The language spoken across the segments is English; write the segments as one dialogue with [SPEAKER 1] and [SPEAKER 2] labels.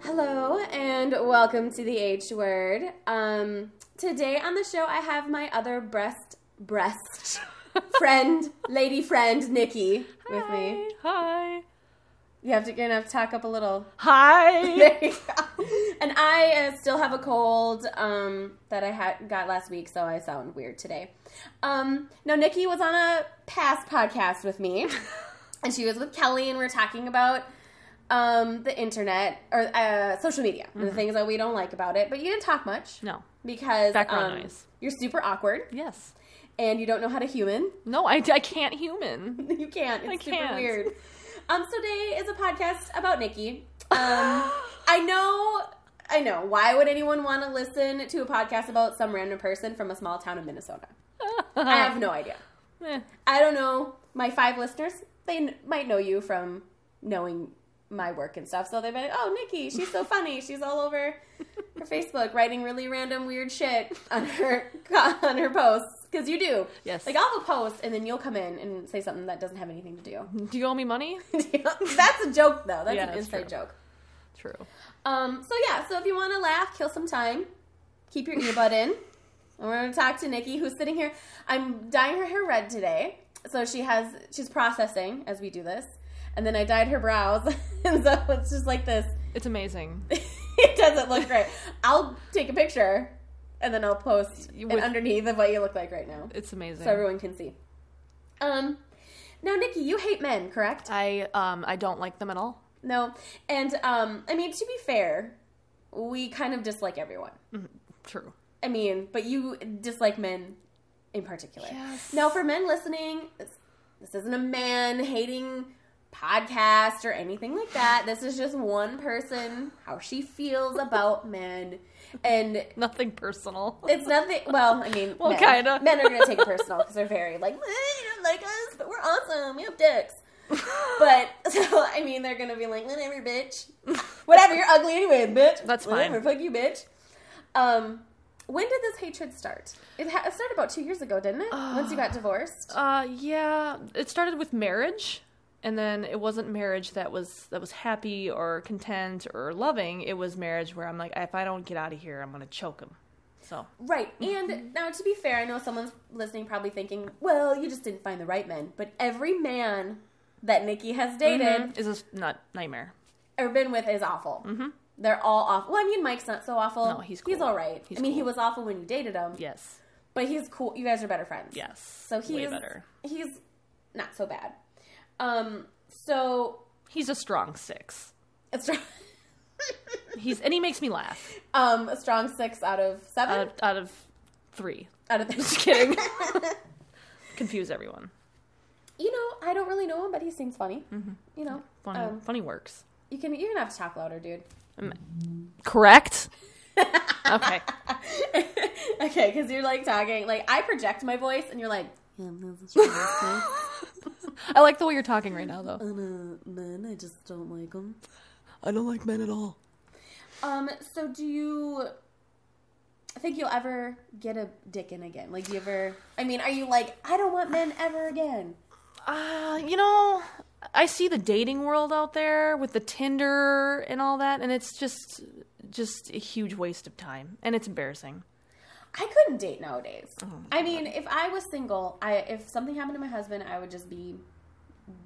[SPEAKER 1] Hello and welcome to the H word. Um, today on the show, I have my other breast breast friend, lady friend, Nikki, with me.
[SPEAKER 2] Hi.
[SPEAKER 1] You have to you're gonna have to talk up a little.
[SPEAKER 2] Hi.
[SPEAKER 1] There you go. and I uh, still have a cold um, that I had got last week, so I sound weird today. Um, no, Nikki was on a past podcast with me, and she was with Kelly, and we are talking about um, the internet or uh, social media and the things that we don't like about it. But you didn't talk much
[SPEAKER 2] Mm-hmm. no.
[SPEAKER 1] because
[SPEAKER 2] Background
[SPEAKER 1] um,
[SPEAKER 2] noise.
[SPEAKER 1] You're super awkward,
[SPEAKER 2] Yes.
[SPEAKER 1] and you don't know how to human.
[SPEAKER 2] No, I, I can't human.
[SPEAKER 1] you can't. It's super
[SPEAKER 2] can't.
[SPEAKER 1] weird. Um, so today is a podcast about Nikki. Um, I know, I know. Why would anyone want to listen to a podcast about some random person from a small town in Minnesota? I
[SPEAKER 2] Oh.
[SPEAKER 1] have no idea.
[SPEAKER 2] Eh,
[SPEAKER 1] I don't know. My five listeners, they kn- might know you from knowing my work and stuff. So they've been like, oh, Nikki, she's so funny. She's all over her Facebook writing really random, weird shit on her on her posts. Because you do.
[SPEAKER 2] Yes.
[SPEAKER 1] Like, I'll have a post and then you'll come in and say something that doesn't have anything to do.
[SPEAKER 2] Do you owe me money?
[SPEAKER 1] that's a joke, though. That's
[SPEAKER 2] Yeah,
[SPEAKER 1] an
[SPEAKER 2] that's
[SPEAKER 1] inside
[SPEAKER 2] true.
[SPEAKER 1] joke.
[SPEAKER 2] True.
[SPEAKER 1] Um, so, yeah, so if you want to laugh, kill some time, keep your earbud in. And we're going to talk to Nikki, who's sitting here. I'm dyeing her hair red today. So she has, she's processing as we do this. And then I dyed her brows. and so it's just like this.
[SPEAKER 2] It's amazing.
[SPEAKER 1] it doesn't look great. I'll take a picture and then I'll post it
[SPEAKER 2] With-
[SPEAKER 1] underneath of what you look like right now
[SPEAKER 2] It's amazing.
[SPEAKER 1] so everyone can see. Um, now, Nikki, you hate men, correct?
[SPEAKER 2] I um I don't like them at all.
[SPEAKER 1] No. And um, I mean, to be fair, we kind of dislike everyone.
[SPEAKER 2] True.
[SPEAKER 1] I mean, but you dislike men in particular.
[SPEAKER 2] Yes.
[SPEAKER 1] Now, for men listening, this, this isn't a man hating podcast or anything like that. This is just one person, how she feels about men. And
[SPEAKER 2] Nothing personal.
[SPEAKER 1] it's nothing. Well, I mean,
[SPEAKER 2] Well,
[SPEAKER 1] men.
[SPEAKER 2] kinda.
[SPEAKER 1] Men are gonna take it personal because they're very like, "Eh, you don't like us, but we're awesome. We have dicks. But so I mean, they're gonna be like, whatever, bitch. Whatever, you're ugly anyway, bitch.
[SPEAKER 2] That's
[SPEAKER 1] whatever,
[SPEAKER 2] fine.
[SPEAKER 1] Fuck you, bitch. Um, when did this hatred start? It, ha- it started about two years ago, didn't it?
[SPEAKER 2] Ah.
[SPEAKER 1] Once you got divorced.
[SPEAKER 2] Uh yeah, it started with marriage and then it wasn't marriage that was that was happy or content or loving. It was marriage where I'm like if I don't get out of here, I'm going to choke him. So,
[SPEAKER 1] Right.
[SPEAKER 2] Mm-hmm.
[SPEAKER 1] And now, to be fair, I know someone's listening probably thinking, well, you just didn't find the right men. But every man that Nikki
[SPEAKER 2] Mm-hmm.
[SPEAKER 1] has dated
[SPEAKER 2] is this not nightmare?
[SPEAKER 1] or been with is awful. Mm-hmm. They're all awful. Well, I mean, Mike's not so awful.
[SPEAKER 2] No, he's
[SPEAKER 1] he's
[SPEAKER 2] cool.
[SPEAKER 1] all right.
[SPEAKER 2] He's
[SPEAKER 1] I mean, he
[SPEAKER 2] cool.
[SPEAKER 1] was awful when you dated him,
[SPEAKER 2] Yes.
[SPEAKER 1] but he's cool. You guys are better friends.
[SPEAKER 2] Yes.
[SPEAKER 1] So he's
[SPEAKER 2] way better.
[SPEAKER 1] He's not so bad. Um. So
[SPEAKER 2] He's a strong six.
[SPEAKER 1] a strong,
[SPEAKER 2] He's and he makes me laugh
[SPEAKER 1] um, a strong six out of seven.
[SPEAKER 2] out of, out of three.
[SPEAKER 1] out of three.
[SPEAKER 2] Just kidding. Confuse everyone.
[SPEAKER 1] you know, I don't really know him, but he seems funny.
[SPEAKER 2] Mm-hmm.
[SPEAKER 1] You know,
[SPEAKER 2] Funny,
[SPEAKER 1] Um,
[SPEAKER 2] funny works.
[SPEAKER 1] you can you're gonna have to talk louder, dude.
[SPEAKER 2] Correct. okay.
[SPEAKER 1] okay, because you're like talking. Like I project my voice, and you're like.
[SPEAKER 2] I like the way you're talking right now, though.
[SPEAKER 1] men, uh, I just don't like them.
[SPEAKER 2] I don't like men at all.
[SPEAKER 1] Um, so do you think you'll ever get a dick in again? Like, do you ever, I mean, are you like, I don't want men ever again?
[SPEAKER 2] Uh, you know, I see the dating world out there with the Tinder and all that, and it's just just a huge waste of time, and it's embarrassing.
[SPEAKER 1] I couldn't date nowadays.
[SPEAKER 2] Oh
[SPEAKER 1] I mean, if I was single, I if something happened to my husband, I would just be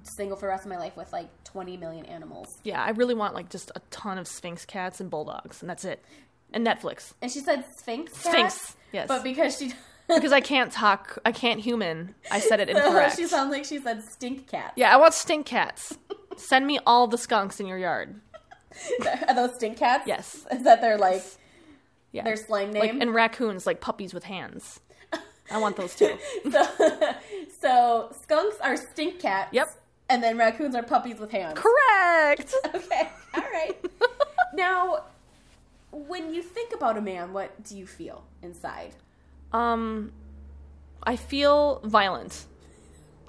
[SPEAKER 1] single for the rest of my life with like 20 million animals.
[SPEAKER 2] Yeah, I really want like just a ton of Sphinx cats and bulldogs, and that's it. And Netflix.
[SPEAKER 1] And she said Sphinx. cat,
[SPEAKER 2] Sphinx, yes.
[SPEAKER 1] But because she
[SPEAKER 2] because I can't talk, I can't human. I said it
[SPEAKER 1] so
[SPEAKER 2] incorrect.
[SPEAKER 1] she sounds like she said stink cat.
[SPEAKER 2] yeah, I want stink cats. Send me all the skunks in your yard.
[SPEAKER 1] Are those stink cats?
[SPEAKER 2] Yes.
[SPEAKER 1] Is that their like
[SPEAKER 2] Yeah,
[SPEAKER 1] their slang
[SPEAKER 2] like,
[SPEAKER 1] name?
[SPEAKER 2] and raccoons like puppies with hands. I want those too.
[SPEAKER 1] so, so skunks are stink cats.
[SPEAKER 2] Yep.
[SPEAKER 1] And then raccoons are puppies with hands.
[SPEAKER 2] Correct.
[SPEAKER 1] Okay. All right. now, when you think about a man, what do you feel inside?
[SPEAKER 2] Um, I feel violent,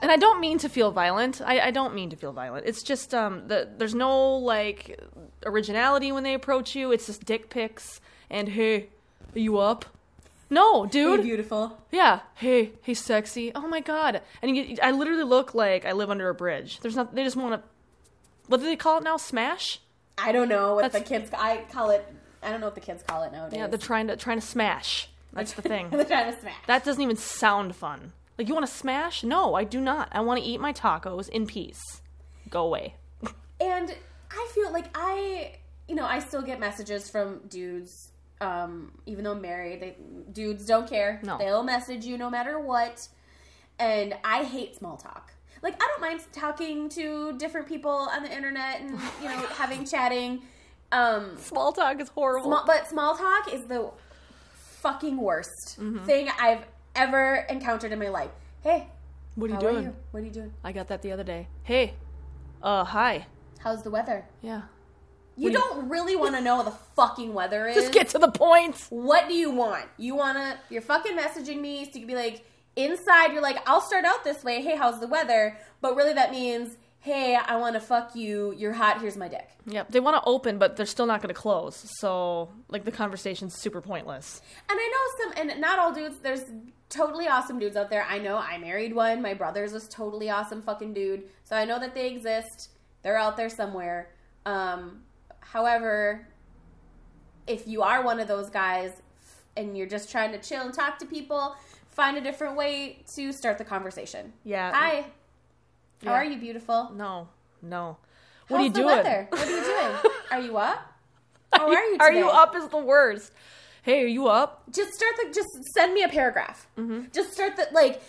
[SPEAKER 2] and I don't mean to feel violent. I, I don't mean to feel violent. It's just um, the, there's no like originality when they approach you. It's just dick pics and hey, are you up? No, dude.
[SPEAKER 1] Hey, beautiful.
[SPEAKER 2] Yeah. Hey, hey, sexy. Oh my god. And you, I literally look like I live under a bridge. There's not. They just want to. What do they call it now? Smash.
[SPEAKER 1] I don't know what the
[SPEAKER 2] That's-
[SPEAKER 1] kids. I call it. I don't know what the kids call it nowadays.
[SPEAKER 2] Yeah, they're trying to trying to smash. That's the thing.
[SPEAKER 1] they're trying to smash.
[SPEAKER 2] That doesn't even sound fun. Like you want to smash? No, I do not. I want to eat my tacos in peace. Go away.
[SPEAKER 1] and I feel like I, you know, I still get messages from dudes. Um, even though I'm married, they dudes don't care.
[SPEAKER 2] No.
[SPEAKER 1] They'll message you no matter what. And I hate small talk. Like I don't mind talking to different people on the internet and
[SPEAKER 2] Oh
[SPEAKER 1] you know having chatting. Um,
[SPEAKER 2] Small talk is horrible.
[SPEAKER 1] Small, but small talk is the fucking worst
[SPEAKER 2] Mm-hmm.
[SPEAKER 1] thing I've ever encountered in my life. Hey,
[SPEAKER 2] what are you
[SPEAKER 1] how
[SPEAKER 2] doing?
[SPEAKER 1] are you? What are you doing?
[SPEAKER 2] I got that the other day. Hey. Uh, hi.
[SPEAKER 1] How's the weather?
[SPEAKER 2] Yeah.
[SPEAKER 1] You
[SPEAKER 2] do you-
[SPEAKER 1] don't really want to know what the fucking weather is.
[SPEAKER 2] Just get to the point.
[SPEAKER 1] what do you want? You want to, you're fucking messaging me so you can be like, inside, you're like, I'll start out this way. Hey, how's the weather? But really, that means, hey, I want to fuck you. You're hot. Here's my dick.
[SPEAKER 2] Yep. They want to open, but they're still not going to close. So, like, the conversation's super pointless.
[SPEAKER 1] And I know some, and not all dudes. There's totally awesome dudes out there. I know I married one. My brother's this totally awesome fucking dude. So I know that they exist. They're out there somewhere. Um, however, if you are one of those guys and you're just trying to chill and talk to people, find a different way to start the conversation.
[SPEAKER 2] Yeah.
[SPEAKER 1] Hi.
[SPEAKER 2] Yeah.
[SPEAKER 1] How are you, beautiful?
[SPEAKER 2] No. No. What are
[SPEAKER 1] How's
[SPEAKER 2] you
[SPEAKER 1] the
[SPEAKER 2] doing?
[SPEAKER 1] Weather? What are you doing? are you up? How are you?
[SPEAKER 2] Are you
[SPEAKER 1] today?
[SPEAKER 2] up is the worst. Hey, are you up?
[SPEAKER 1] just start the just send me a paragraph just start the like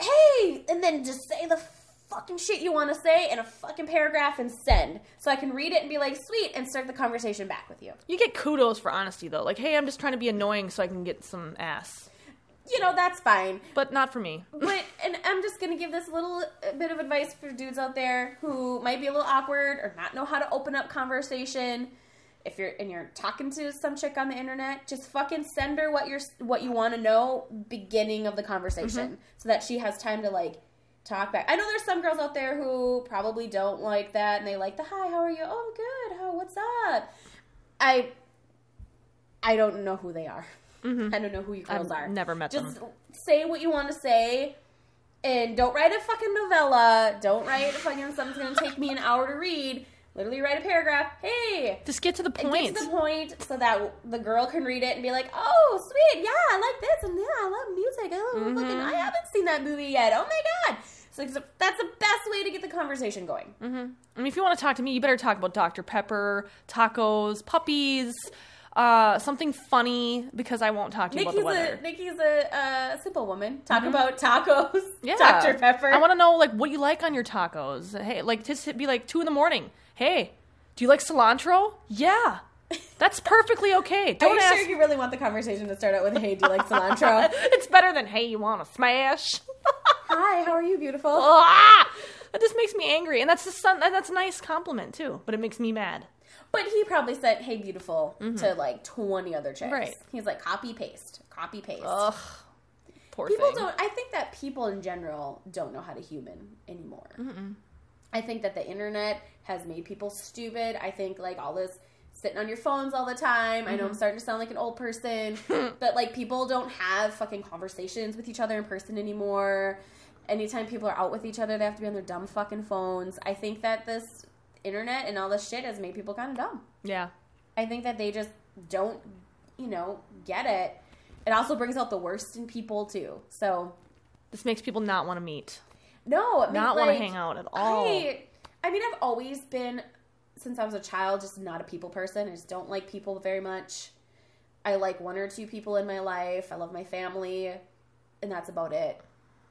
[SPEAKER 1] hey and then just say the fucking shit you want to say in a fucking paragraph and send so i can read it and be like sweet and start the conversation back with you
[SPEAKER 2] You get kudos for honesty though. Like, hey, I'm just trying to be annoying so I can get some ass.
[SPEAKER 1] you know that's fine
[SPEAKER 2] But not for me.
[SPEAKER 1] but and i'm just gonna give this little uh, bit of advice for dudes out there who might be a little awkward or not know how to open up conversation if you're and you're talking to some chick on the internet just fucking send her what you're what you want to know beginning of the conversation
[SPEAKER 2] Mm-hmm.
[SPEAKER 1] so that she has time to like talk back i know there's some girls out there who probably don't like that and they like the hi how are you oh I'm good how what's up i i don't know who they are i don't know who you girls
[SPEAKER 2] Mm-hmm. I've
[SPEAKER 1] are
[SPEAKER 2] never met
[SPEAKER 1] just
[SPEAKER 2] them.
[SPEAKER 1] say what you want to say and don't write a fucking novella don't write fucking something's gonna take me an hour to read literally write a paragraph hey
[SPEAKER 2] Just get to the
[SPEAKER 1] it
[SPEAKER 2] point.
[SPEAKER 1] gets to the point so that the girl can read it and be like oh sweet yeah i like this and yeah i love music i love fucking
[SPEAKER 2] Mm-hmm.
[SPEAKER 1] i haven't seen that movie yet oh my god so it's a- that's the best way to get the conversation going
[SPEAKER 2] I mean, if you want to talk to me, you better talk about Dr. Pepper, tacos, puppies, uh, something funny because I won't talk to you about
[SPEAKER 1] nikki's
[SPEAKER 2] the weather. Mm-hmm.
[SPEAKER 1] a nikki's a uh, simple woman talk about tacos
[SPEAKER 2] Yeah.
[SPEAKER 1] dr pepper
[SPEAKER 2] I want to know like what you like on your tacos. Hey, like just be like two in the morning. Hey, do you like cilantro? Yeah, that's perfectly okay.
[SPEAKER 1] are
[SPEAKER 2] Don't
[SPEAKER 1] you
[SPEAKER 2] ask.
[SPEAKER 1] sure you really want the conversation to start out with hey do you like cilantro
[SPEAKER 2] it's better than hey, you want to smash?
[SPEAKER 1] Hi, how are you, beautiful?
[SPEAKER 2] Ah! that just makes me angry, and that's the sun. That's a nice compliment too, but it makes me mad.
[SPEAKER 1] But he probably said, hey, beautiful, to like 20 other chicks.
[SPEAKER 2] Mm-hmm. Right. Oh.
[SPEAKER 1] He's like, copy paste, copy paste.
[SPEAKER 2] Ugh, poor
[SPEAKER 1] people
[SPEAKER 2] thing.
[SPEAKER 1] don't, I think that people in general don't know how to human anymore. I think that the internet has made people stupid. I think like all this sitting on your phones all the time. I know I'm starting to sound like an old person, but like people don't have fucking conversations with each other in person anymore. Anytime people are out with each other, they have to be on their dumb fucking phones. I think that this internet and all this shit has made people kind of dumb.
[SPEAKER 2] Yeah,
[SPEAKER 1] I think that they just don't, you know, get it. It also brings out the worst in people too. So
[SPEAKER 2] this makes people not want to meet,
[SPEAKER 1] no, it means,
[SPEAKER 2] not want to
[SPEAKER 1] like,
[SPEAKER 2] hang out at all.
[SPEAKER 1] I, I mean, I've always been since I was a child just not a people person. I just don't like people very much. I like one or two people in my life. I love my family, and that's about it.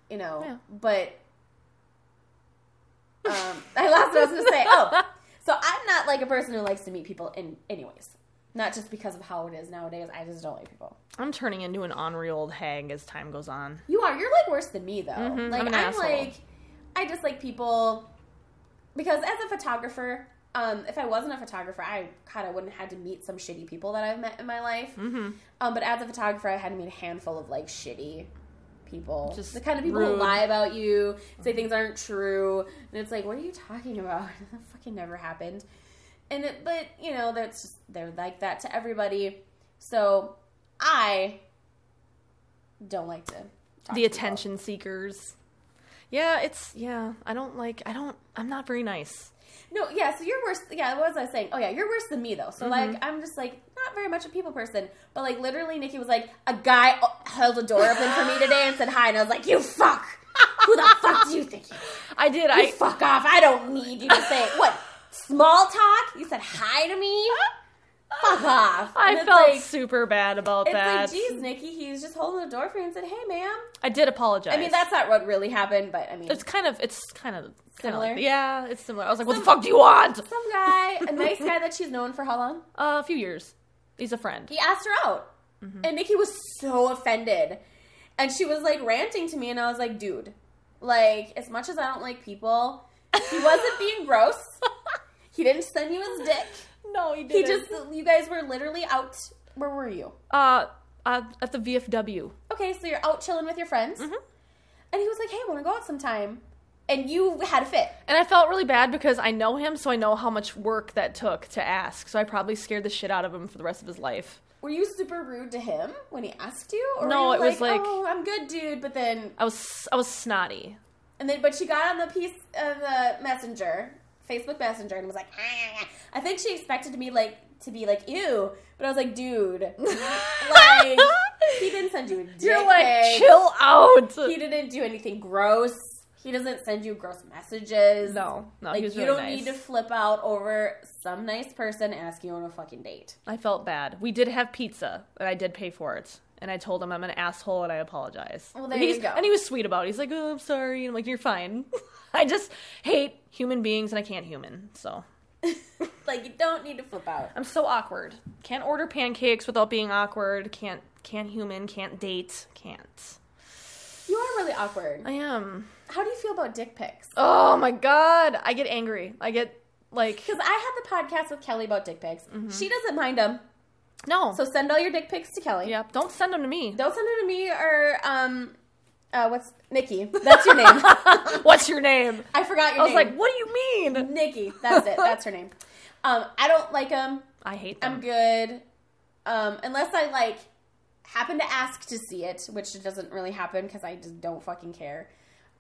[SPEAKER 1] You know,
[SPEAKER 2] Yeah.
[SPEAKER 1] but um, I lost what I was going to say. Oh, so I'm not like a person who likes to meet people in anyways. Not just because of how it is nowadays. I just don't like people.
[SPEAKER 2] I'm turning into an ornery old hag as time goes on.
[SPEAKER 1] You are. You're like worse than me though.
[SPEAKER 2] Mhm,
[SPEAKER 1] Like I'm,
[SPEAKER 2] I'm an asshole.
[SPEAKER 1] like I just like people because as a photographer, um, if I wasn't a photographer, I kind of wouldn't had to meet some shitty people that I've met in my life.
[SPEAKER 2] Mm-hmm.
[SPEAKER 1] Um, but as a photographer, I had to meet a handful of like shitty people,
[SPEAKER 2] Just
[SPEAKER 1] the kind of people who
[SPEAKER 2] rude.
[SPEAKER 1] lie about you, say things aren't true, and it's like, what are you talking about? that fucking never happened. And it, but you know, that's just they're like that to everybody. So I don't like to talk
[SPEAKER 2] the
[SPEAKER 1] to people.
[SPEAKER 2] attention seekers. Yeah, it's yeah. I don't like. I don't. I'm not very nice.
[SPEAKER 1] No, yeah, so you're worse. Yeah, what was I saying? Oh, yeah, you're worse than me, though. So,
[SPEAKER 2] Mm-hmm.
[SPEAKER 1] like, I'm just, like, not very much a people person. But, like, literally, Nikki was like, a guy o- held a door open for me today and said hi. And I was like, you fuck. Who the fuck do you think you are?
[SPEAKER 2] I did.
[SPEAKER 1] You
[SPEAKER 2] I
[SPEAKER 1] fuck off. I don't need you to say what small talk. You said hi to me. fuck off. And
[SPEAKER 2] I
[SPEAKER 1] it's
[SPEAKER 2] felt
[SPEAKER 1] like,
[SPEAKER 2] super bad about
[SPEAKER 1] it's
[SPEAKER 2] that.
[SPEAKER 1] like, geez, Nikki, he was just holding the door for you and said, "Hey, ma'am."
[SPEAKER 2] I did apologize.
[SPEAKER 1] I mean, that's not what really happened, but I mean,
[SPEAKER 2] it's kind of it's kind of kinda like-
[SPEAKER 1] Similar?
[SPEAKER 2] yeah, it's similar. I was like, what the fuck do you want?
[SPEAKER 1] some guy, a nice guy that she's known for how long?
[SPEAKER 2] Uh, a few years. He's a friend.
[SPEAKER 1] He asked her out,
[SPEAKER 2] Mm-hmm.
[SPEAKER 1] and Nikki was so offended, and she was like ranting to me, and I was like, "Dude, like, as much as I don't like people, he wasn't being gross. He didn't send you his dick."
[SPEAKER 2] no, he
[SPEAKER 1] He
[SPEAKER 2] didn't.
[SPEAKER 1] just, you guys were literally out. Where were you?
[SPEAKER 2] uh, uh at the VFW.
[SPEAKER 1] Okay, so you're out chilling with your friends.
[SPEAKER 2] Mm-hmm.
[SPEAKER 1] And he was like, hey, want to go out sometime? And you had a fit.
[SPEAKER 2] And I felt really bad because I know him, so I know how much work that took to ask. So I probably scared the shit out of him for the rest of his life.
[SPEAKER 1] Were you super rude to him when he asked you? Or
[SPEAKER 2] No,
[SPEAKER 1] were you
[SPEAKER 2] it was like-
[SPEAKER 1] oh, I'm good, dude. But then,
[SPEAKER 2] I was I was snotty.
[SPEAKER 1] and then, but she got on the piece of the messenger, Facebook Messenger, and was like, ah. I think she expected me like to be like, ew. But I was like, dude, like he didn't send you a dick.
[SPEAKER 2] You're like
[SPEAKER 1] pic.
[SPEAKER 2] chill out.
[SPEAKER 1] He didn't do anything gross. He doesn't send you gross messages.
[SPEAKER 2] no, no,
[SPEAKER 1] Like
[SPEAKER 2] he was
[SPEAKER 1] you
[SPEAKER 2] really
[SPEAKER 1] don't
[SPEAKER 2] nice.
[SPEAKER 1] need to flip out over some nice person asking you on a fucking date.
[SPEAKER 2] I felt bad. We did have pizza, and I did pay for it. And I told him I'm an asshole and I apologize.
[SPEAKER 1] Well, there
[SPEAKER 2] He's-
[SPEAKER 1] you go.
[SPEAKER 2] And he was sweet about it. He's like, oh, I'm sorry. And I'm like, you're fine. I just hate human beings and I can't human. So
[SPEAKER 1] Like you don't need to flip out.
[SPEAKER 2] I'm so awkward. Can't order pancakes without being awkward. Can't can't human. Can't date. Can't.
[SPEAKER 1] You are really awkward.
[SPEAKER 2] I am.
[SPEAKER 1] How do you feel about dick pics?
[SPEAKER 2] Oh my god. I get angry. I get like
[SPEAKER 1] Because I had the podcast with Kelly about dick pics.
[SPEAKER 2] Mm-hmm.
[SPEAKER 1] She doesn't mind them,
[SPEAKER 2] no.
[SPEAKER 1] so send all your dick pics to Kelly.
[SPEAKER 2] yeah. Don't send them to me.
[SPEAKER 1] Don't send them to me or um, uh, what's Nikki? That's your name.
[SPEAKER 2] What's your name?
[SPEAKER 1] I forgot your
[SPEAKER 2] I was
[SPEAKER 1] name.
[SPEAKER 2] like, what do you mean?
[SPEAKER 1] Nikki. That's it. That's her name. Um, I don't like them.
[SPEAKER 2] I hate them.
[SPEAKER 1] I'm good. Um, unless I like happen to ask to see it, which doesn't really happen because I just don't fucking care.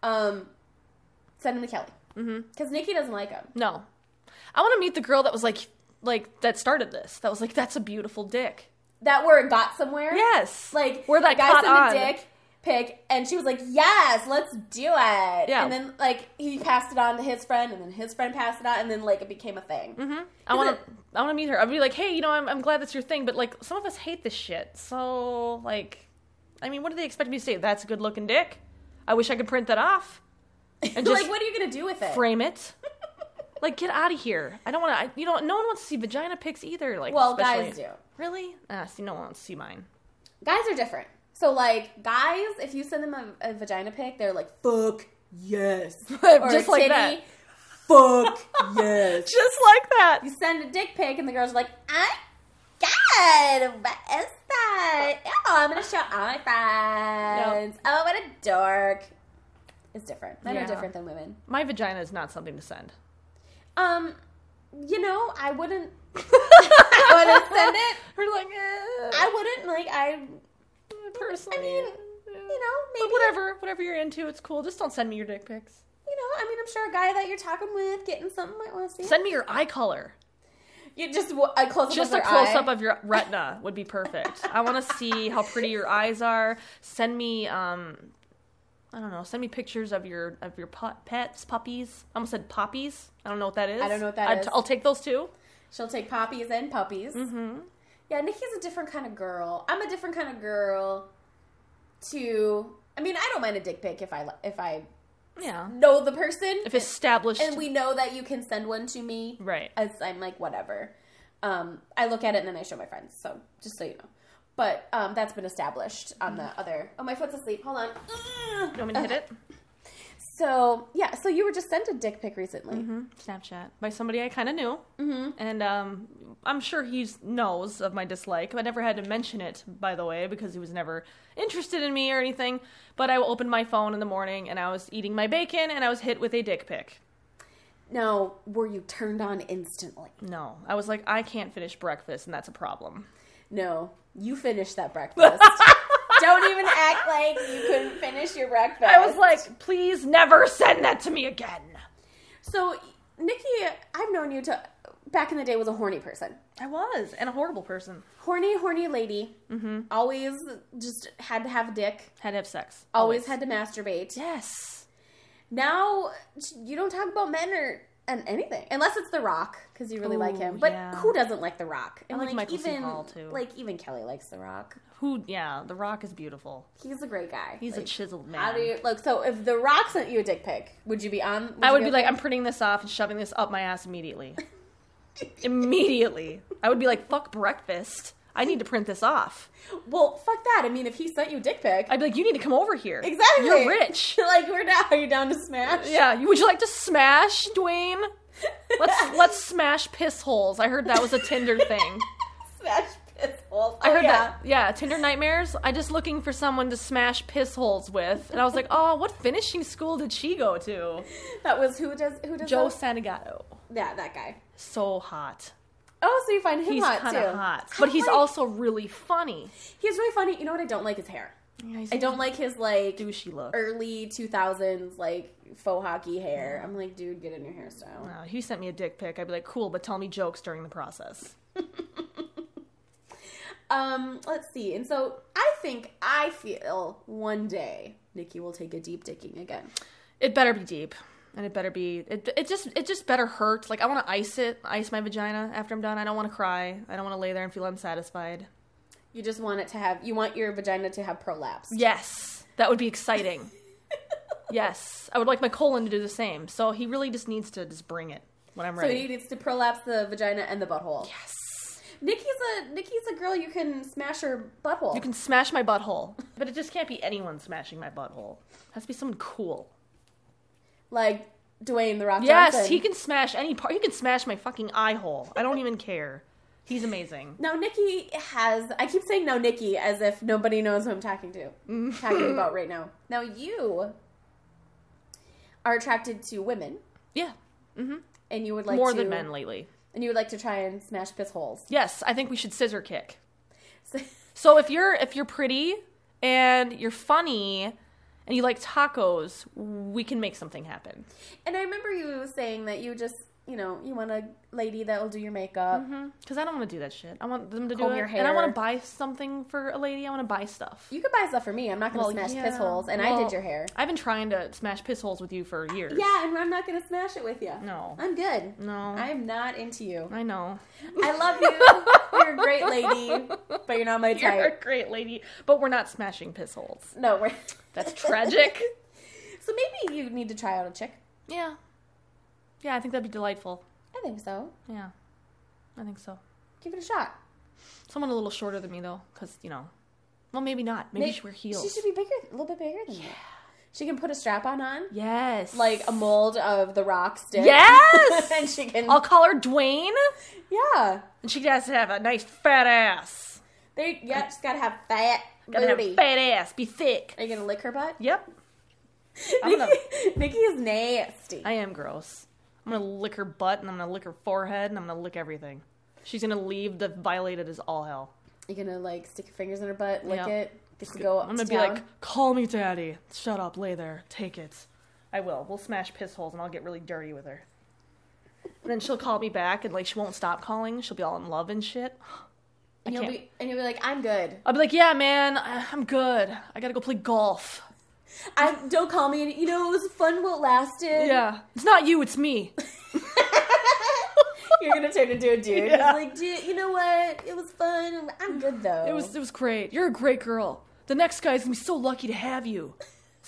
[SPEAKER 1] Um, send them to Kelly
[SPEAKER 2] Mm-hmm.
[SPEAKER 1] because Nikki doesn't like them.
[SPEAKER 2] No. I want to meet the girl that was like, like that started this. That was like, that's a beautiful dick.
[SPEAKER 1] That word got somewhere.
[SPEAKER 2] Yes.
[SPEAKER 1] like
[SPEAKER 2] Where
[SPEAKER 1] the
[SPEAKER 2] that
[SPEAKER 1] guy
[SPEAKER 2] caught
[SPEAKER 1] sent
[SPEAKER 2] on.
[SPEAKER 1] a dick pic, and she was like, "Yes, let's do it."
[SPEAKER 2] Yeah.
[SPEAKER 1] and then like he passed it on to his friend, and then his friend passed it on, and then like it became a thing.
[SPEAKER 2] I want to, I want to meet her. I'd be like, hey, you know, I'm, I'm glad that's your thing, but like, some of us hate this shit. So like, I mean, what do they expect me to say? That's a good looking dick. I wish I could print that off and just
[SPEAKER 1] like, what are you gonna do with it?
[SPEAKER 2] frame it. like, get out of here. I don't want to. You know, no one wants to see vagina pics either. Like,
[SPEAKER 1] well,
[SPEAKER 2] especially-
[SPEAKER 1] guys do.
[SPEAKER 2] Really? Ah, see, no one wants to see mine.
[SPEAKER 1] Guys are different. So like, guys, if you send them a, a vagina pic, they're like, "Fuck yes," or
[SPEAKER 2] Just
[SPEAKER 1] a
[SPEAKER 2] like
[SPEAKER 1] titty,
[SPEAKER 2] that.
[SPEAKER 1] "Fuck yes."
[SPEAKER 2] Just like that.
[SPEAKER 1] You send a dick pic, and the girls are like, "I." God, what is that? Oh, I'm gonna show all my friends. Oh, what a dork! It's different. Men
[SPEAKER 2] Yeah.
[SPEAKER 1] are different than women.
[SPEAKER 2] My vagina is not something to send.
[SPEAKER 1] Um, you know, I wouldn't. I wouldn't send it.
[SPEAKER 2] We're like, eh,
[SPEAKER 1] I wouldn't like. I,
[SPEAKER 2] personally.
[SPEAKER 1] I mean, you know,
[SPEAKER 2] but
[SPEAKER 1] maybe
[SPEAKER 2] whatever, whatever you're into, it's cool. Just don't send me your dick pics.
[SPEAKER 1] You know, I mean, I'm sure a guy that you're talking with getting something might want to see. it.
[SPEAKER 2] Send me your eye color.
[SPEAKER 1] You just w- a close up.
[SPEAKER 2] Just
[SPEAKER 1] of
[SPEAKER 2] a
[SPEAKER 1] their
[SPEAKER 2] close
[SPEAKER 1] eye.
[SPEAKER 2] up of your retina would be perfect. I want to see how pretty your eyes are. Send me, um, I don't know. Send me pictures of your of your put, pets, puppies. I almost said poppies. I don't know what that is.
[SPEAKER 1] I don't know what that
[SPEAKER 2] I'd-
[SPEAKER 1] is.
[SPEAKER 2] I'll take those too.
[SPEAKER 1] She'll take poppies and puppies. Mm-hmm. Yeah, Nikki's a different kind of girl. I'm a different kind of girl. To, I mean, I don't mind a dick pic if I li- if I
[SPEAKER 2] Yeah.
[SPEAKER 1] know the person,
[SPEAKER 2] If established,
[SPEAKER 1] and we know that you can send one to me.
[SPEAKER 2] right?
[SPEAKER 1] As I'm like whatever. Um, I look at it and then I show my friends. So just so you know. But um, that's been established on
[SPEAKER 2] Mm-hmm.
[SPEAKER 1] the other. Oh, my foot's asleep. Hold on.
[SPEAKER 2] You want me to hit it?
[SPEAKER 1] So yeah, so you were just sent a dick pic recently.
[SPEAKER 2] Mhm. Snapchat by somebody I kind of knew, mm-hmm. and um, I'm sure he knows of my dislike. I never had to mention it, by the way, because he was never interested in me or anything. But I opened my phone in the morning, and I was eating my bacon, and I was hit with a dick pic.
[SPEAKER 1] Now, were you turned on instantly?
[SPEAKER 2] No, I was like, I can't finish breakfast, and that's a problem.
[SPEAKER 1] No, you finished that breakfast. Don't even act like you couldn't finish your breakfast.
[SPEAKER 2] I was like, please never send that to me again.
[SPEAKER 1] so Nikki, I've known you to back in the day was a horny person.
[SPEAKER 2] I was, and a horrible person.
[SPEAKER 1] Horny, horny lady. Mm-hmm. Always just had to have dick.
[SPEAKER 2] Had to have sex.
[SPEAKER 1] Always, had to masturbate.
[SPEAKER 2] Yes.
[SPEAKER 1] Now you don't talk about men or and anything unless it's The Rock because you really like
[SPEAKER 2] Ooh,
[SPEAKER 1] him. But
[SPEAKER 2] yeah.
[SPEAKER 1] who doesn't like The Rock? And
[SPEAKER 2] like Michael C.
[SPEAKER 1] even
[SPEAKER 2] Hall, too.
[SPEAKER 1] like even Kelly likes The Rock.
[SPEAKER 2] Who? Yeah, The Rock is beautiful.
[SPEAKER 1] He's a great guy.
[SPEAKER 2] He's
[SPEAKER 1] like,
[SPEAKER 2] a chiseled man.
[SPEAKER 1] How do you look? So if The Rock sent you a dick pic, would you be on?
[SPEAKER 2] I
[SPEAKER 1] you
[SPEAKER 2] would be like,
[SPEAKER 1] okay?
[SPEAKER 2] I'm printing this off and shoving this up my ass immediately. immediately. I would be like, fuck breakfast. I need to print this off.
[SPEAKER 1] well, fuck that. I mean, if he sent you a dick pic,
[SPEAKER 2] I'd be like, you need to come over here.
[SPEAKER 1] exactly.
[SPEAKER 2] You're rich.
[SPEAKER 1] like we're down. Are you down to smash?
[SPEAKER 2] Yeah. you- Would you like to smash, Dwayne? Let's let's smash piss holes. I heard that was a Tinder thing.
[SPEAKER 1] smash piss holes.
[SPEAKER 2] I
[SPEAKER 1] Oh,
[SPEAKER 2] heard
[SPEAKER 1] yeah.
[SPEAKER 2] that. Yeah, Tinder nightmares. I just looking for someone to smash piss holes with, and I was like, oh, what finishing school did she go to?
[SPEAKER 1] That was who does who does
[SPEAKER 2] Joe
[SPEAKER 1] those?
[SPEAKER 2] Sanegato.
[SPEAKER 1] Yeah, that guy.
[SPEAKER 2] So hot.
[SPEAKER 1] Oh, so you find him
[SPEAKER 2] He's
[SPEAKER 1] hot
[SPEAKER 2] kind
[SPEAKER 1] too?
[SPEAKER 2] of hot,
[SPEAKER 1] I
[SPEAKER 2] but
[SPEAKER 1] don't
[SPEAKER 2] he's
[SPEAKER 1] like-
[SPEAKER 2] also really funny.
[SPEAKER 1] he's really funny. You know what? I don't like his hair. I don't like his like
[SPEAKER 2] douchey look.
[SPEAKER 1] early two thousands like faux hockey hair. I'm like, dude, get a new hairstyle.
[SPEAKER 2] No, he sent me a dick pic. I'd be like, cool, but tell me jokes during the process.
[SPEAKER 1] Um, let's see. And so I think I feel one day Nikki will take a deep dicking again.
[SPEAKER 2] It better be deep, and it better be. It, it just it just better hurt. Like I want to ice it, ice my vagina after I'm done. I don't want to cry. I don't want to lay there and feel unsatisfied.
[SPEAKER 1] You just want it to have you want your vagina to have prolapse.
[SPEAKER 2] Yes, that would be exciting. yes, I would like my colon to do the same. So he really just needs to just bring it when I'm
[SPEAKER 1] So
[SPEAKER 2] ready.
[SPEAKER 1] he needs to prolapse the vagina and the butthole.
[SPEAKER 2] yes,
[SPEAKER 1] Nikki's a Nikki's a girl you can smash her butthole.
[SPEAKER 2] you can smash my butthole, but it just can't be anyone smashing my butthole. It has to be someone cool.
[SPEAKER 1] like Dwayne the Rock
[SPEAKER 2] Yes,
[SPEAKER 1] Johnson.
[SPEAKER 2] he can smash any part. He can smash my fucking eye hole. I don't even care. He's amazing.
[SPEAKER 1] Now Nikki has. I keep saying now Nikki as if nobody knows who I'm talking to,
[SPEAKER 2] Mm.
[SPEAKER 1] talking about right now. Now you are attracted to women,
[SPEAKER 2] Yeah,
[SPEAKER 1] and you would like
[SPEAKER 2] more
[SPEAKER 1] to,
[SPEAKER 2] than men lately.
[SPEAKER 1] and you would like to try and smash piss holes.
[SPEAKER 2] Yes, I think we should scissor kick.
[SPEAKER 1] So,
[SPEAKER 2] So if you're if you're pretty and you're funny and you like tacos, we can make something happen.
[SPEAKER 1] and I remember you saying that you just, you know, you want a lady that will do your makeup.
[SPEAKER 2] Because I don't want to do that shit. I want them to do
[SPEAKER 1] Comb
[SPEAKER 2] it,
[SPEAKER 1] your
[SPEAKER 2] and I want
[SPEAKER 1] hair.
[SPEAKER 2] to buy something for a lady. I want to buy stuff.
[SPEAKER 1] You could buy stuff for me. I'm not going
[SPEAKER 2] Well,
[SPEAKER 1] to smash
[SPEAKER 2] yeah.
[SPEAKER 1] piss holes, and I
[SPEAKER 2] Well-
[SPEAKER 1] did your hair.
[SPEAKER 2] I've been trying to smash piss holes with you for years.
[SPEAKER 1] Yeah, and I'm not going to smash it with you.
[SPEAKER 2] No.
[SPEAKER 1] I'm good.
[SPEAKER 2] No. I,
[SPEAKER 1] I'm not into you.
[SPEAKER 2] know.
[SPEAKER 1] I love you. You're a great lady, but you're not my type.
[SPEAKER 2] You're a great lady, but we're not smashing piss holes.
[SPEAKER 1] No, we're.
[SPEAKER 2] That's tragic.
[SPEAKER 1] So maybe you need to try out a chick.
[SPEAKER 2] yeah. Yeah, I think that'd be delightful.
[SPEAKER 1] I think so.
[SPEAKER 2] Yeah. I think so.
[SPEAKER 1] Give it a shot.
[SPEAKER 2] Someone a little shorter than me though, because you know, well maybe not. Maybe
[SPEAKER 1] May-
[SPEAKER 2] she should wear heels.
[SPEAKER 1] She should be bigger, a little bit bigger than you. She can put a strap on on,
[SPEAKER 2] yes.
[SPEAKER 1] like a mold of the rock stick.
[SPEAKER 2] Yes!
[SPEAKER 1] and she can.
[SPEAKER 2] I'll call her Dwayne,
[SPEAKER 1] yeah.
[SPEAKER 2] and she has to have a nice fat ass.
[SPEAKER 1] They yeah, she's gotta have fat
[SPEAKER 2] Gotta have
[SPEAKER 1] booty.
[SPEAKER 2] a fat ass. Be thick.
[SPEAKER 1] Are you gonna lick her butt?
[SPEAKER 2] Yep. I'm
[SPEAKER 1] Nikki,
[SPEAKER 2] gonna-
[SPEAKER 1] Nikki is nasty.
[SPEAKER 2] I am gross. I'm gonna lick her butt and I'm gonna lick her forehead and I'm gonna lick everything. She's gonna leave the violated as all hell.
[SPEAKER 1] you gonna like stick your fingers in her butt, lick
[SPEAKER 2] Yeah.
[SPEAKER 1] it, just go up
[SPEAKER 2] I'm gonna
[SPEAKER 1] to
[SPEAKER 2] be
[SPEAKER 1] town.
[SPEAKER 2] like, call me daddy. Shut up, lay there, take it. I will. We'll smash piss holes and I'll get really dirty with her. And then she'll call me back and like she won't stop calling. She'll be all in love and shit. I
[SPEAKER 1] and you'll
[SPEAKER 2] can't.
[SPEAKER 1] be and you'll be like, I'm good.
[SPEAKER 2] I'll be like, yeah, man, I- I'm good. I gotta go play golf.
[SPEAKER 1] I don't call me. any- You know, it was fun while it lasted.
[SPEAKER 2] Yeah. It's not you, it's me.
[SPEAKER 1] You're gonna turn into a dude. It's
[SPEAKER 2] Yeah.
[SPEAKER 1] Like, dude, you know what? It was fun. I'm good though.
[SPEAKER 2] It was it was great. You're a great girl. The next guy's gonna be so lucky to have you.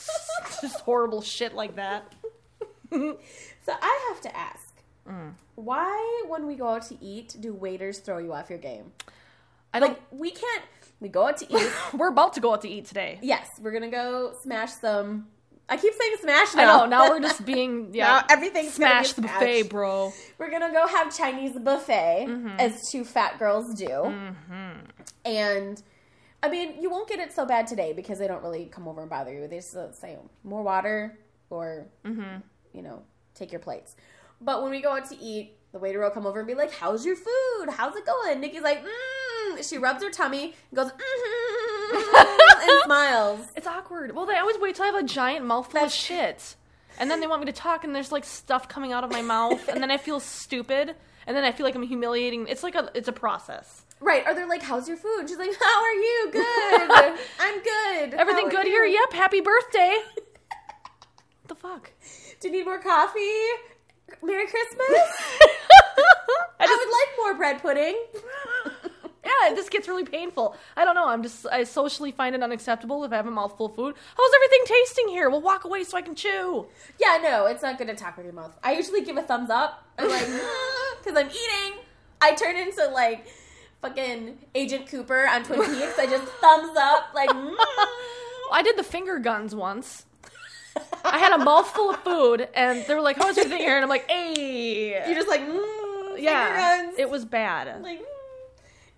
[SPEAKER 2] Just horrible shit like that.
[SPEAKER 1] So I have to ask,
[SPEAKER 2] Mm.
[SPEAKER 1] why when we go out to eat do waiters throw you off your game?
[SPEAKER 2] I don't.
[SPEAKER 1] Like we can't. We go out to eat.
[SPEAKER 2] we're about to go out to eat today.
[SPEAKER 1] yes, we're gonna go smash some. I keep saying smash
[SPEAKER 2] I
[SPEAKER 1] now.
[SPEAKER 2] know. Now we're just being yeah.
[SPEAKER 1] Now everything's gonna be
[SPEAKER 2] smash the
[SPEAKER 1] smashed.
[SPEAKER 2] buffet, bro.
[SPEAKER 1] We're gonna go have Chinese buffet
[SPEAKER 2] Mm-hmm.
[SPEAKER 1] as two fat girls do. And I mean, you won't get it so bad today because they don't really come over and bother you. They just uh, say more water or
[SPEAKER 2] Mm-hmm.
[SPEAKER 1] you know take your plates. But when we go out to eat, the waiter will come over and be like, "How's your food? How's it going?" Nikki's like, mm. She rubs her tummy, goes mm and smiles.
[SPEAKER 2] It's awkward. Well, they always wait till I have a giant mouthful of
[SPEAKER 1] That's-
[SPEAKER 2] shit. And then they want me to talk, and there's like stuff coming out of my mouth, and then I feel stupid, and then I feel like I'm humiliating. It's like a it's a process.
[SPEAKER 1] Right. Or they're like, How's your food? She's like, How are you? Good. I'm good.
[SPEAKER 2] Everything
[SPEAKER 1] How
[SPEAKER 2] good
[SPEAKER 1] are
[SPEAKER 2] here?
[SPEAKER 1] you?"
[SPEAKER 2] Yep. Happy birthday. what the fuck?
[SPEAKER 1] Do you need more coffee? Merry Christmas?
[SPEAKER 2] I just,
[SPEAKER 1] I would like more bread pudding.
[SPEAKER 2] yeah, this gets really painful. I don't know. I'm just I socially find it unacceptable if I have a mouthful of food. How's everything tasting here? Well, walk away so I can chew.
[SPEAKER 1] Yeah, no, it's not good to talk with your mouth. I usually give a thumbs up. I'm like, because I'm eating. I turn into like fucking Agent Cooper on Twin Peaks. I just thumbs up, like, mm.
[SPEAKER 2] I did the finger guns once. I had a mouthful of food, and they were like, "How's everything here?" And I'm like, "Hey,
[SPEAKER 1] you're just like, mm,
[SPEAKER 2] yeah."
[SPEAKER 1] finger guns.
[SPEAKER 2] It was bad.
[SPEAKER 1] like, mm.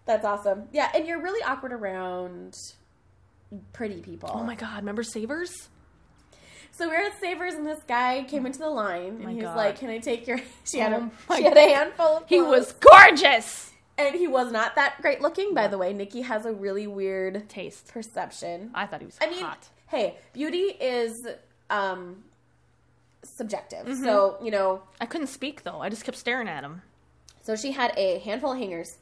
[SPEAKER 1] that's awesome. Yeah, and you're really awkward around pretty people.
[SPEAKER 2] Oh my god! Remember Savers?
[SPEAKER 1] So we were at Savers, and this guy came into the line, and
[SPEAKER 2] Oh My
[SPEAKER 1] he was
[SPEAKER 2] God.
[SPEAKER 1] like, "Can I take your?" She had
[SPEAKER 2] Oh
[SPEAKER 1] a
[SPEAKER 2] my
[SPEAKER 1] she had a handful. Of
[SPEAKER 2] He
[SPEAKER 1] clothes.
[SPEAKER 2] was gorgeous.
[SPEAKER 1] and he was not that great looking, by the way. Nikki has a really weird
[SPEAKER 2] Taste.
[SPEAKER 1] perception.
[SPEAKER 2] I thought he was
[SPEAKER 1] I mean,
[SPEAKER 2] hot.
[SPEAKER 1] hey, beauty is um subjective.
[SPEAKER 2] Mm-hmm.
[SPEAKER 1] So, you know,
[SPEAKER 2] I couldn't speak though. I just kept staring at him.
[SPEAKER 1] so she had a handful of hangers.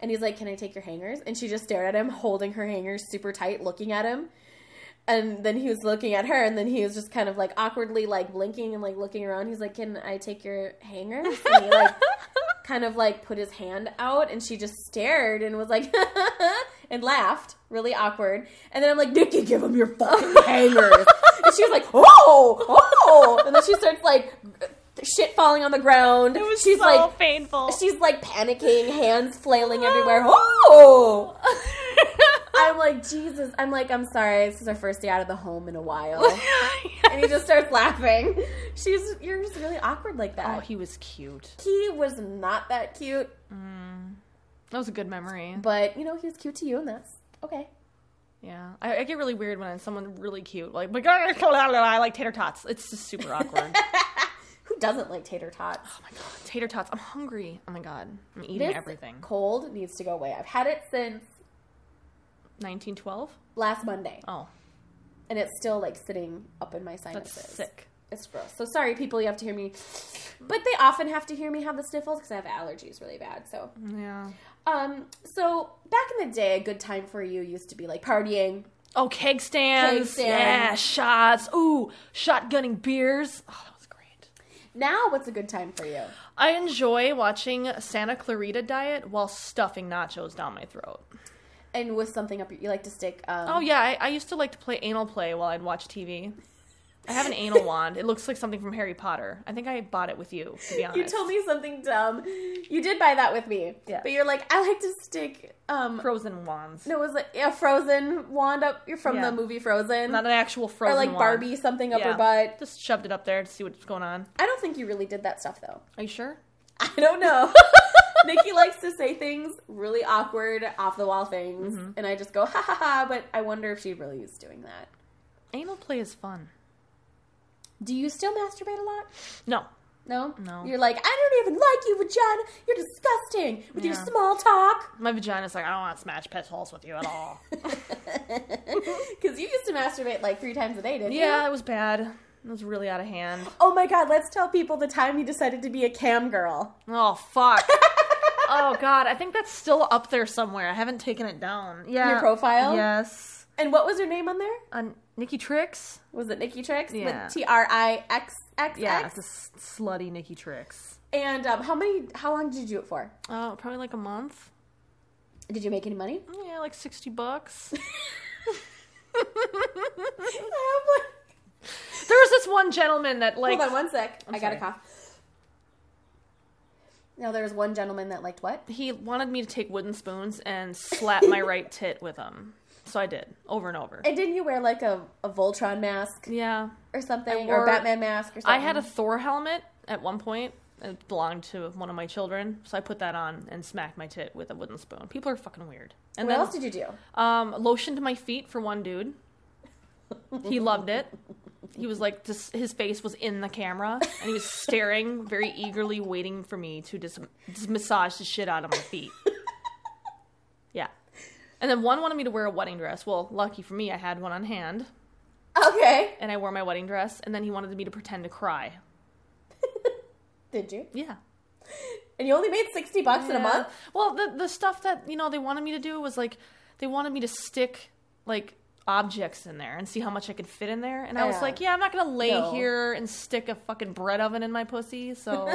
[SPEAKER 1] And he's like, "Can I take your hangers?" And she just stared at him, holding her hangers super tight, looking at him. And then he was looking at her, and then he was just kind of like awkwardly, like blinking and like looking around. He's like, "Can I take your hangers?" And he like kind of like put his hand out, and she just stared and was like, and laughed, really awkward. And then I'm like, "Nikki, give him your fucking hangers." and she was like, "Oh, oh!" And then she starts like shit falling on the ground.
[SPEAKER 2] It was
[SPEAKER 1] She's
[SPEAKER 2] so
[SPEAKER 1] like
[SPEAKER 2] painful.
[SPEAKER 1] She's like panicking, hands flailing everywhere. Oh! I'm like, Jesus. I'm like, I'm sorry. This is our first day out of the home in a while. And he just starts laughing. She's, you're just really awkward like
[SPEAKER 2] oh,
[SPEAKER 1] that.
[SPEAKER 2] he was cute.
[SPEAKER 1] he was not that cute,
[SPEAKER 2] That was a good memory.
[SPEAKER 1] but you know, he was cute to you, and that's okay.
[SPEAKER 2] Yeah, I, I get really weird when I'm someone really cute, like my God, I like tater tots. It's just super awkward.
[SPEAKER 1] Who doesn't like tater tots?
[SPEAKER 2] Oh my god, tater tots. I'm hungry. Oh my god. I'm eating
[SPEAKER 1] This
[SPEAKER 2] everything.
[SPEAKER 1] cold needs to go away. I've had it since
[SPEAKER 2] 1912?
[SPEAKER 1] last Monday,
[SPEAKER 2] Oh,
[SPEAKER 1] and it's still like sitting up in my
[SPEAKER 2] that's
[SPEAKER 1] sinuses.
[SPEAKER 2] sick.
[SPEAKER 1] It's gross. So sorry, people, you have to hear me. But they often have to hear me have the sniffles because I have allergies really bad. So,
[SPEAKER 2] Yeah.
[SPEAKER 1] um, so back in the day, a good time for you used to be like partying.
[SPEAKER 2] Oh, keg stands.
[SPEAKER 1] Keg stands.
[SPEAKER 2] Yeah, shots. Ooh, shotgunning beers. Oh, that was great.
[SPEAKER 1] Now, what's a good time for you?
[SPEAKER 2] I enjoy watching Santa Clarita Diet while stuffing nachos down my throat.
[SPEAKER 1] And with something up, your- you like to stick. Um,
[SPEAKER 2] Oh yeah, I, I used to like to play anal play while I'd watch TV. I have an anal wand. It looks like something from Harry Potter. I think I bought it with you, to be honest.
[SPEAKER 1] Oh, you told me something dumb. You did buy that with me.
[SPEAKER 2] Yeah.
[SPEAKER 1] But you're like, I like to stick. Um,
[SPEAKER 2] frozen wands.
[SPEAKER 1] no, it was like a Frozen wand up. You're from
[SPEAKER 2] Yeah.
[SPEAKER 1] the movie Frozen,
[SPEAKER 2] Not an actual
[SPEAKER 1] or
[SPEAKER 2] frozen
[SPEAKER 1] like
[SPEAKER 2] wand.
[SPEAKER 1] Barbie something up
[SPEAKER 2] Yeah.
[SPEAKER 1] her butt.
[SPEAKER 2] Just shoved it up there to see what's going on.
[SPEAKER 1] I don't think you really did that stuff though.
[SPEAKER 2] Are you sure?
[SPEAKER 1] I don't know. Nikki likes to say things, really awkward, off the wall things, and I just go ha ha ha. But I wonder if she really is doing that.
[SPEAKER 2] Anal play is fun.
[SPEAKER 1] Do you still masturbate a lot?
[SPEAKER 2] No.
[SPEAKER 1] No,
[SPEAKER 2] No.
[SPEAKER 1] You're like, I don't even like you, vagina. You're disgusting with your
[SPEAKER 2] Yeah.
[SPEAKER 1] small talk.
[SPEAKER 2] My vagina's like, I don't want to smash pet holes with you at all.
[SPEAKER 1] Because you used to masturbate like three times a day, didn't you?
[SPEAKER 2] yeah, it was bad. It was really out of hand.
[SPEAKER 1] Oh my god, let's tell people the time you decided to be a cam girl.
[SPEAKER 2] Oh, fuck. oh, God. I think that's still up there somewhere. I haven't taken it down. Yeah.
[SPEAKER 1] Your profile?
[SPEAKER 2] Yes.
[SPEAKER 1] And what was her name on there?
[SPEAKER 2] On Nikki Tricks?
[SPEAKER 1] Was it Nikki Tricks?
[SPEAKER 2] Yeah.
[SPEAKER 1] With T R I X X
[SPEAKER 2] Yeah,
[SPEAKER 1] X.
[SPEAKER 2] just slutty Nikki Tricks.
[SPEAKER 1] And um, how many? How long did you do it for?
[SPEAKER 2] Oh, probably like a month.
[SPEAKER 1] Did you make any money?
[SPEAKER 2] Yeah, like 60 bucks.
[SPEAKER 1] I have like
[SPEAKER 2] there was this one gentleman that, like,
[SPEAKER 1] Hold on one sec. i got a
[SPEAKER 2] sorry.
[SPEAKER 1] cough. Now there was one gentleman that liked what?
[SPEAKER 2] he wanted me to take wooden spoons and slap my right tit with them. So I did, over and over.
[SPEAKER 1] And didn't you wear like a, a Voltron mask
[SPEAKER 2] yeah.
[SPEAKER 1] or something?
[SPEAKER 2] wore-
[SPEAKER 1] or a Batman mask or something?
[SPEAKER 2] I had a Thor helmet at one point. It belonged to one of my children, so I put that on and smacked my tit with a wooden spoon. People are fucking weird. And
[SPEAKER 1] What
[SPEAKER 2] then
[SPEAKER 1] else did you do?
[SPEAKER 2] um, lotioned my feet for one dude. He loved it. He was like, dis- his face was in the camera, and he was staring very eagerly, waiting for me to just dis- massage the shit out of my feet. Yeah. And then one wanted me to wear a wedding dress. Well, lucky for me, I had one on hand.
[SPEAKER 1] Okay.
[SPEAKER 2] and I wore my wedding dress, and then he wanted me to pretend to cry.
[SPEAKER 1] Did you?
[SPEAKER 2] Yeah.
[SPEAKER 1] And you only made 60 bucks in a
[SPEAKER 2] Yeah.
[SPEAKER 1] month?
[SPEAKER 2] Well, the the stuff that you know they wanted me to do was like they wanted me to stick like objects in there and see how much I could fit in there, and I was
[SPEAKER 1] Yeah.
[SPEAKER 2] like, yeah, I'm not gonna lay
[SPEAKER 1] No.
[SPEAKER 2] here and stick a fucking bread oven in my pussy. So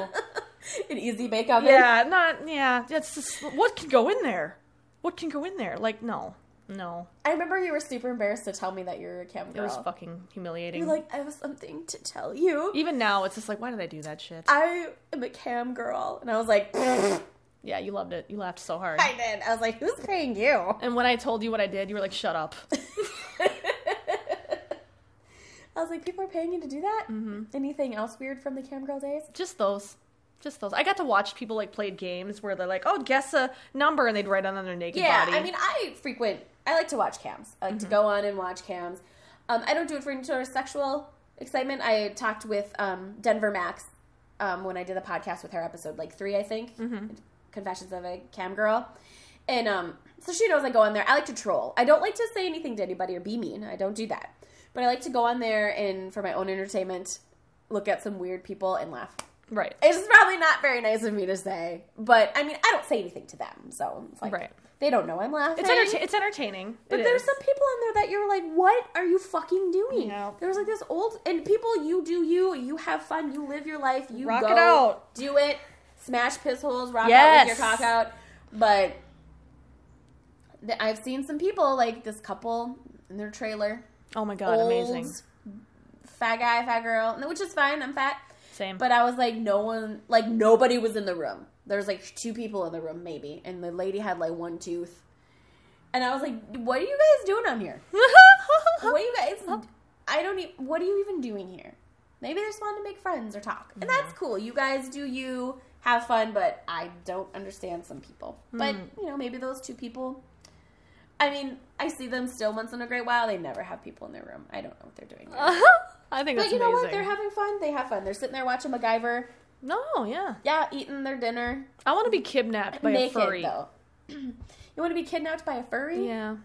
[SPEAKER 1] An easy bake oven?
[SPEAKER 2] yeah, not yeah. That's just what can go in there. What can go in there? Like no, no.
[SPEAKER 1] I remember you were super embarrassed to tell me that you're a cam
[SPEAKER 2] It
[SPEAKER 1] girl.
[SPEAKER 2] was fucking humiliating.
[SPEAKER 1] You're like, I have something to tell you.
[SPEAKER 2] Even now, it's just like, why did I do that shit?
[SPEAKER 1] I am a cam girl. And I was like, I
[SPEAKER 2] Yeah, you loved it. You laughed so hard.
[SPEAKER 1] did. I was like, who's paying you?
[SPEAKER 2] And when I told you what I did, you were like, shut up.
[SPEAKER 1] I was like, people are paying you to do that?
[SPEAKER 2] Mm-hmm.
[SPEAKER 1] Anything else weird from the cam girl days?
[SPEAKER 2] Just those. Just those. I got to watch people like play games where they're like, oh, guess a number, and they'd write on their naked
[SPEAKER 1] Yeah,
[SPEAKER 2] body. Mm-hmm.
[SPEAKER 1] I mean, I frequent. I like to watch cams. I like to go on and watch cams. Um, I don't do it for any sort of sexual excitement. I talked with um, Denver Max um, when I did the podcast with her, episode like three, I think,
[SPEAKER 2] Mm-hmm.
[SPEAKER 1] Confessions of a Cam Girl, and um, so she knows I go on there. I like to troll. I don't like to say anything to anybody or be mean. I don't do that, but I like to go on there and for my own entertainment, look at some weird people and laugh.
[SPEAKER 2] right.
[SPEAKER 1] It's probably not very nice of me to say, but I mean, I don't say anything to them, so it's like
[SPEAKER 2] Right.
[SPEAKER 1] they don't know I'm laughing.
[SPEAKER 2] It's, enterta- it's entertaining.
[SPEAKER 1] but
[SPEAKER 2] It
[SPEAKER 1] there's
[SPEAKER 2] is.
[SPEAKER 1] some people in there that you're like, what are you fucking doing?
[SPEAKER 2] Yeah.
[SPEAKER 1] There's like this old and people. You do you. You have fun. You live your life. You
[SPEAKER 2] Rock
[SPEAKER 1] go,
[SPEAKER 2] it out.
[SPEAKER 1] Do it. Smash piss holes. Rock out with
[SPEAKER 2] Yes.
[SPEAKER 1] your cock out. But th- I've seen some people like this couple in their trailer.
[SPEAKER 2] Oh my god,
[SPEAKER 1] old,
[SPEAKER 2] amazing.
[SPEAKER 1] Fat guy, fat girl, which is fine. I'm fat.
[SPEAKER 2] Same.
[SPEAKER 1] But I was like, no one, like nobody was in the room. There's like two people in the room, maybe, and the lady had like one tooth. And I was like, what are you guys doing on here? What are you guys? I don't. E- what are you even doing here? Maybe they just wanted to make friends or talk, and that's cool. You guys do you have fun, but I don't understand some people. But
[SPEAKER 2] Hmm.
[SPEAKER 1] you know, maybe those two people. I mean, I see them still once in a great while. They never have people in their room. I don't know what they're doing. there.
[SPEAKER 2] I think
[SPEAKER 1] But
[SPEAKER 2] that's
[SPEAKER 1] you know
[SPEAKER 2] amazing.
[SPEAKER 1] what? They're having fun. They have fun. They're sitting there watching MacGyver.
[SPEAKER 2] no, yeah.
[SPEAKER 1] Yeah, eating their dinner.
[SPEAKER 2] I want to be kidnapped by
[SPEAKER 1] naked,
[SPEAKER 2] a furry.
[SPEAKER 1] though. you want to be kidnapped by a furry?
[SPEAKER 2] Yeah.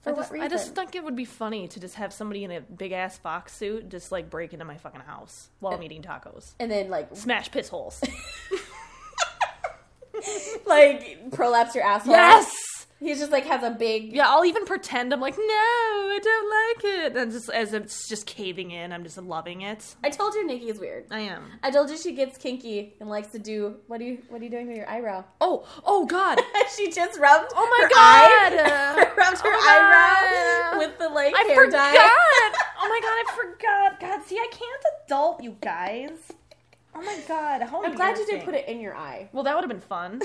[SPEAKER 1] For
[SPEAKER 2] I
[SPEAKER 1] what
[SPEAKER 2] just,
[SPEAKER 1] reason?
[SPEAKER 2] I just think it would be funny to just have somebody in a big ass box suit just like break into my fucking house while
[SPEAKER 1] Uh,
[SPEAKER 2] I'm eating tacos.
[SPEAKER 1] and then, like,
[SPEAKER 2] Smash piss holes.
[SPEAKER 1] like prolapse your asshole.
[SPEAKER 2] yes!
[SPEAKER 1] He's just, like, has a big...
[SPEAKER 2] Yeah, I'll even pretend I'm like, no, I don't like it. And just as it's just caving in, I'm just loving it.
[SPEAKER 1] I told you Nikki's weird.
[SPEAKER 2] I am.
[SPEAKER 1] I told you she gets kinky and likes to do... What are you, what are you doing with your eyebrow?
[SPEAKER 2] Oh, oh God.
[SPEAKER 1] she just rubbed
[SPEAKER 2] Oh my
[SPEAKER 1] her
[SPEAKER 2] God.
[SPEAKER 1] eye- rubbed her
[SPEAKER 2] Oh my
[SPEAKER 1] eyebrow
[SPEAKER 2] God.
[SPEAKER 1] with the, like,
[SPEAKER 2] I
[SPEAKER 1] hair
[SPEAKER 2] forgot.
[SPEAKER 1] dye.
[SPEAKER 2] Oh my God, I forgot. God, see, I can't adult you guys. Oh my God. How
[SPEAKER 1] I'm glad you didn't put it in your eye.
[SPEAKER 2] Well, that would have been fun.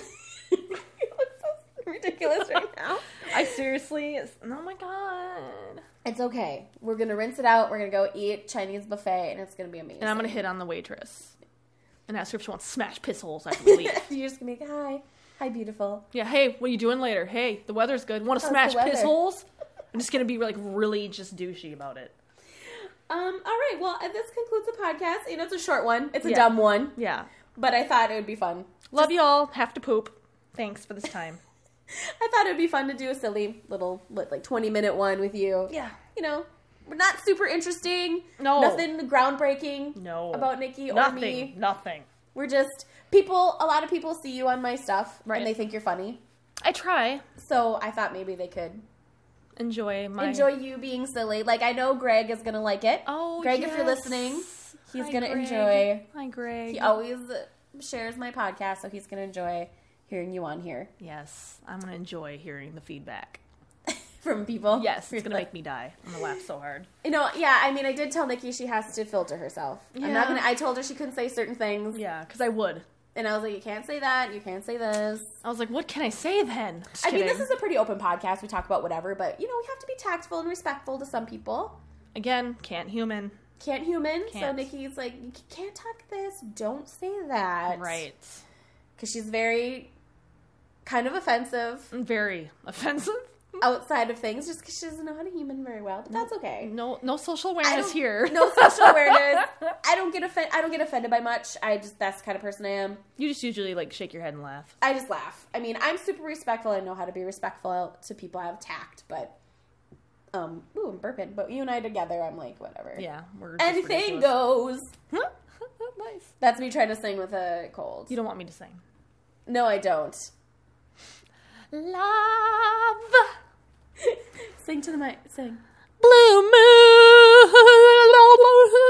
[SPEAKER 1] you look so ridiculous right now.
[SPEAKER 2] I seriously. Oh my God.
[SPEAKER 1] It's okay. We're gonna rinse it out. We're gonna go eat Chinese buffet, and it's gonna be amazing.
[SPEAKER 2] And I'm gonna hit on the waitress and ask her if she wants smash piss holes. I believe.
[SPEAKER 1] You're just gonna be like, hi, hi, beautiful.
[SPEAKER 2] yeah. Hey, what are you doing later? Hey, the weather's good. Want to
[SPEAKER 1] How's
[SPEAKER 2] smash
[SPEAKER 1] the weather?
[SPEAKER 2] piss holes? I'm just gonna be like really just douchey about it.
[SPEAKER 1] Um. All right. Well, uh, this concludes the podcast. You know, it's a short one. It's a
[SPEAKER 2] Yeah.
[SPEAKER 1] dumb one,
[SPEAKER 2] Yeah.
[SPEAKER 1] but I thought it would be fun.
[SPEAKER 2] Love you all. Have to poop. Thanks for this time.
[SPEAKER 1] I thought it would be fun to do a silly little li- like 20 minute one with you.
[SPEAKER 2] Yeah.
[SPEAKER 1] You know, we're not super interesting.
[SPEAKER 2] No.
[SPEAKER 1] Nothing groundbreaking.
[SPEAKER 2] No.
[SPEAKER 1] About Nikki or
[SPEAKER 2] nothing.
[SPEAKER 1] me.
[SPEAKER 2] Nothing.
[SPEAKER 1] We're just people. A lot of people see you on my stuff,
[SPEAKER 2] Right.
[SPEAKER 1] and they think you're funny.
[SPEAKER 2] I try.
[SPEAKER 1] So I thought maybe they could
[SPEAKER 2] Enjoy my
[SPEAKER 1] enjoy you being silly. Like I know Greg is gonna like it.
[SPEAKER 2] Oh,
[SPEAKER 1] Greg, if you're
[SPEAKER 2] yes.
[SPEAKER 1] listening, he's
[SPEAKER 2] Hi,
[SPEAKER 1] gonna
[SPEAKER 2] Greg.
[SPEAKER 1] enjoy.
[SPEAKER 2] Hi, Greg.
[SPEAKER 1] He oh. always shares my podcast, so he's gonna enjoy hearing you on here
[SPEAKER 2] yes, I'm gonna enjoy hearing the feedback.
[SPEAKER 1] from people.
[SPEAKER 2] Yes,
[SPEAKER 1] You're
[SPEAKER 2] it's gonna
[SPEAKER 1] like-
[SPEAKER 2] make me die. I'm gonna laugh so hard.
[SPEAKER 1] You know, yeah. I mean, I did tell Nikki she has to filter herself. I'm not
[SPEAKER 2] Yeah.
[SPEAKER 1] gonna. I told her she couldn't say certain things,
[SPEAKER 2] Yeah, because I would.
[SPEAKER 1] and I was like, you can't say that. You can't say this.
[SPEAKER 2] I was like, what can I say then? Just
[SPEAKER 1] I mean, this
[SPEAKER 2] kidding.
[SPEAKER 1] is a pretty open podcast. We talk about whatever, but you know, we have to be tactful and respectful to some people.
[SPEAKER 2] again, can't human.
[SPEAKER 1] Can't human. So
[SPEAKER 2] Can't.
[SPEAKER 1] Nikki's like, you can't talk this. Don't say that.
[SPEAKER 2] Right.
[SPEAKER 1] because she's very kind of offensive
[SPEAKER 2] Very offensive.
[SPEAKER 1] outside of things just because she doesn't know how to human very well but that's okay
[SPEAKER 2] No, no social
[SPEAKER 1] I
[SPEAKER 2] awareness
[SPEAKER 1] don't-
[SPEAKER 2] here.
[SPEAKER 1] no social awareness i don't get offended i don't get offended by much i just that's the kind of person i am
[SPEAKER 2] You just usually like shake your head and laugh.
[SPEAKER 1] i just laugh i mean i'm super respectful i know how to be respectful to people i have tact but Um, ooh, I'm burping, but you and I together, I'm like, whatever.
[SPEAKER 2] Yeah, we're just
[SPEAKER 1] Anything
[SPEAKER 2] ridiculous.
[SPEAKER 1] goes.
[SPEAKER 2] nice.
[SPEAKER 1] That's me trying to sing with a cold.
[SPEAKER 2] You don't want me to sing.
[SPEAKER 1] No, I don't.
[SPEAKER 2] Love,
[SPEAKER 1] Sing to the mic. Sing.
[SPEAKER 2] blue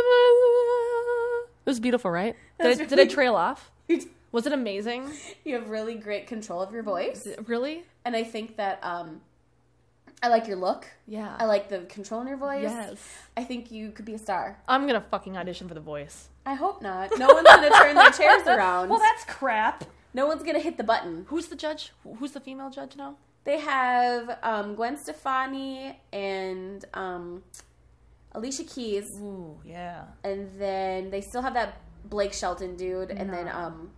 [SPEAKER 2] moon. It was beautiful, right?
[SPEAKER 1] That's
[SPEAKER 2] Did, I, did I
[SPEAKER 1] really-
[SPEAKER 2] trail off?
[SPEAKER 1] You
[SPEAKER 2] Was it amazing?
[SPEAKER 1] have really great control of your voice,
[SPEAKER 2] Really?
[SPEAKER 1] and I think that um, I like your look.
[SPEAKER 2] Yeah.
[SPEAKER 1] I like the control in your voice.
[SPEAKER 2] Yes.
[SPEAKER 1] I think you could be a star.
[SPEAKER 2] I'm gonna fucking audition for The Voice.
[SPEAKER 1] I hope not. No one's gonna turn their chairs around.
[SPEAKER 2] Well, that's crap.
[SPEAKER 1] no one's gonna hit the button.
[SPEAKER 2] Who's the judge? Wh- Who's the female judge now?
[SPEAKER 1] They have um, Gwen Stefani and um, Alicia Keys,
[SPEAKER 2] Ooh, yeah.
[SPEAKER 1] and then they still have that Blake Shelton dude, and then
[SPEAKER 2] No.
[SPEAKER 1] um,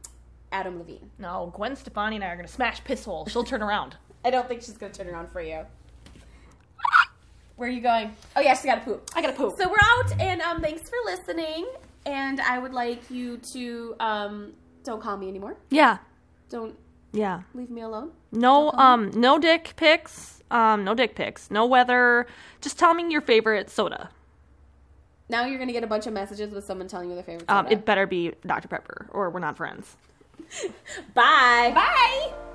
[SPEAKER 1] Adam Levine.
[SPEAKER 2] No, Gwen Stefani and I are gonna smash piss hole. She'll turn around.
[SPEAKER 1] I don't think she's gonna turn around for you. Where are you going? Oh yeah, she's gotta poop.
[SPEAKER 2] I gotta poop.
[SPEAKER 1] So we're out, and um, thanks for listening. And I would like you to um, don't call me anymore.
[SPEAKER 2] yeah,
[SPEAKER 1] Don't
[SPEAKER 2] yeah.
[SPEAKER 1] leave me alone.
[SPEAKER 2] No,
[SPEAKER 1] Don't call
[SPEAKER 2] um, no dick pics. Um, no dick pics. No weather. Just tell me your favorite soda.
[SPEAKER 1] Now you're gonna get a bunch of messages with someone telling you their favorite.
[SPEAKER 2] Um,
[SPEAKER 1] soda.
[SPEAKER 2] it better be Dr Pepper, or we're not friends.
[SPEAKER 1] Bye. Bye.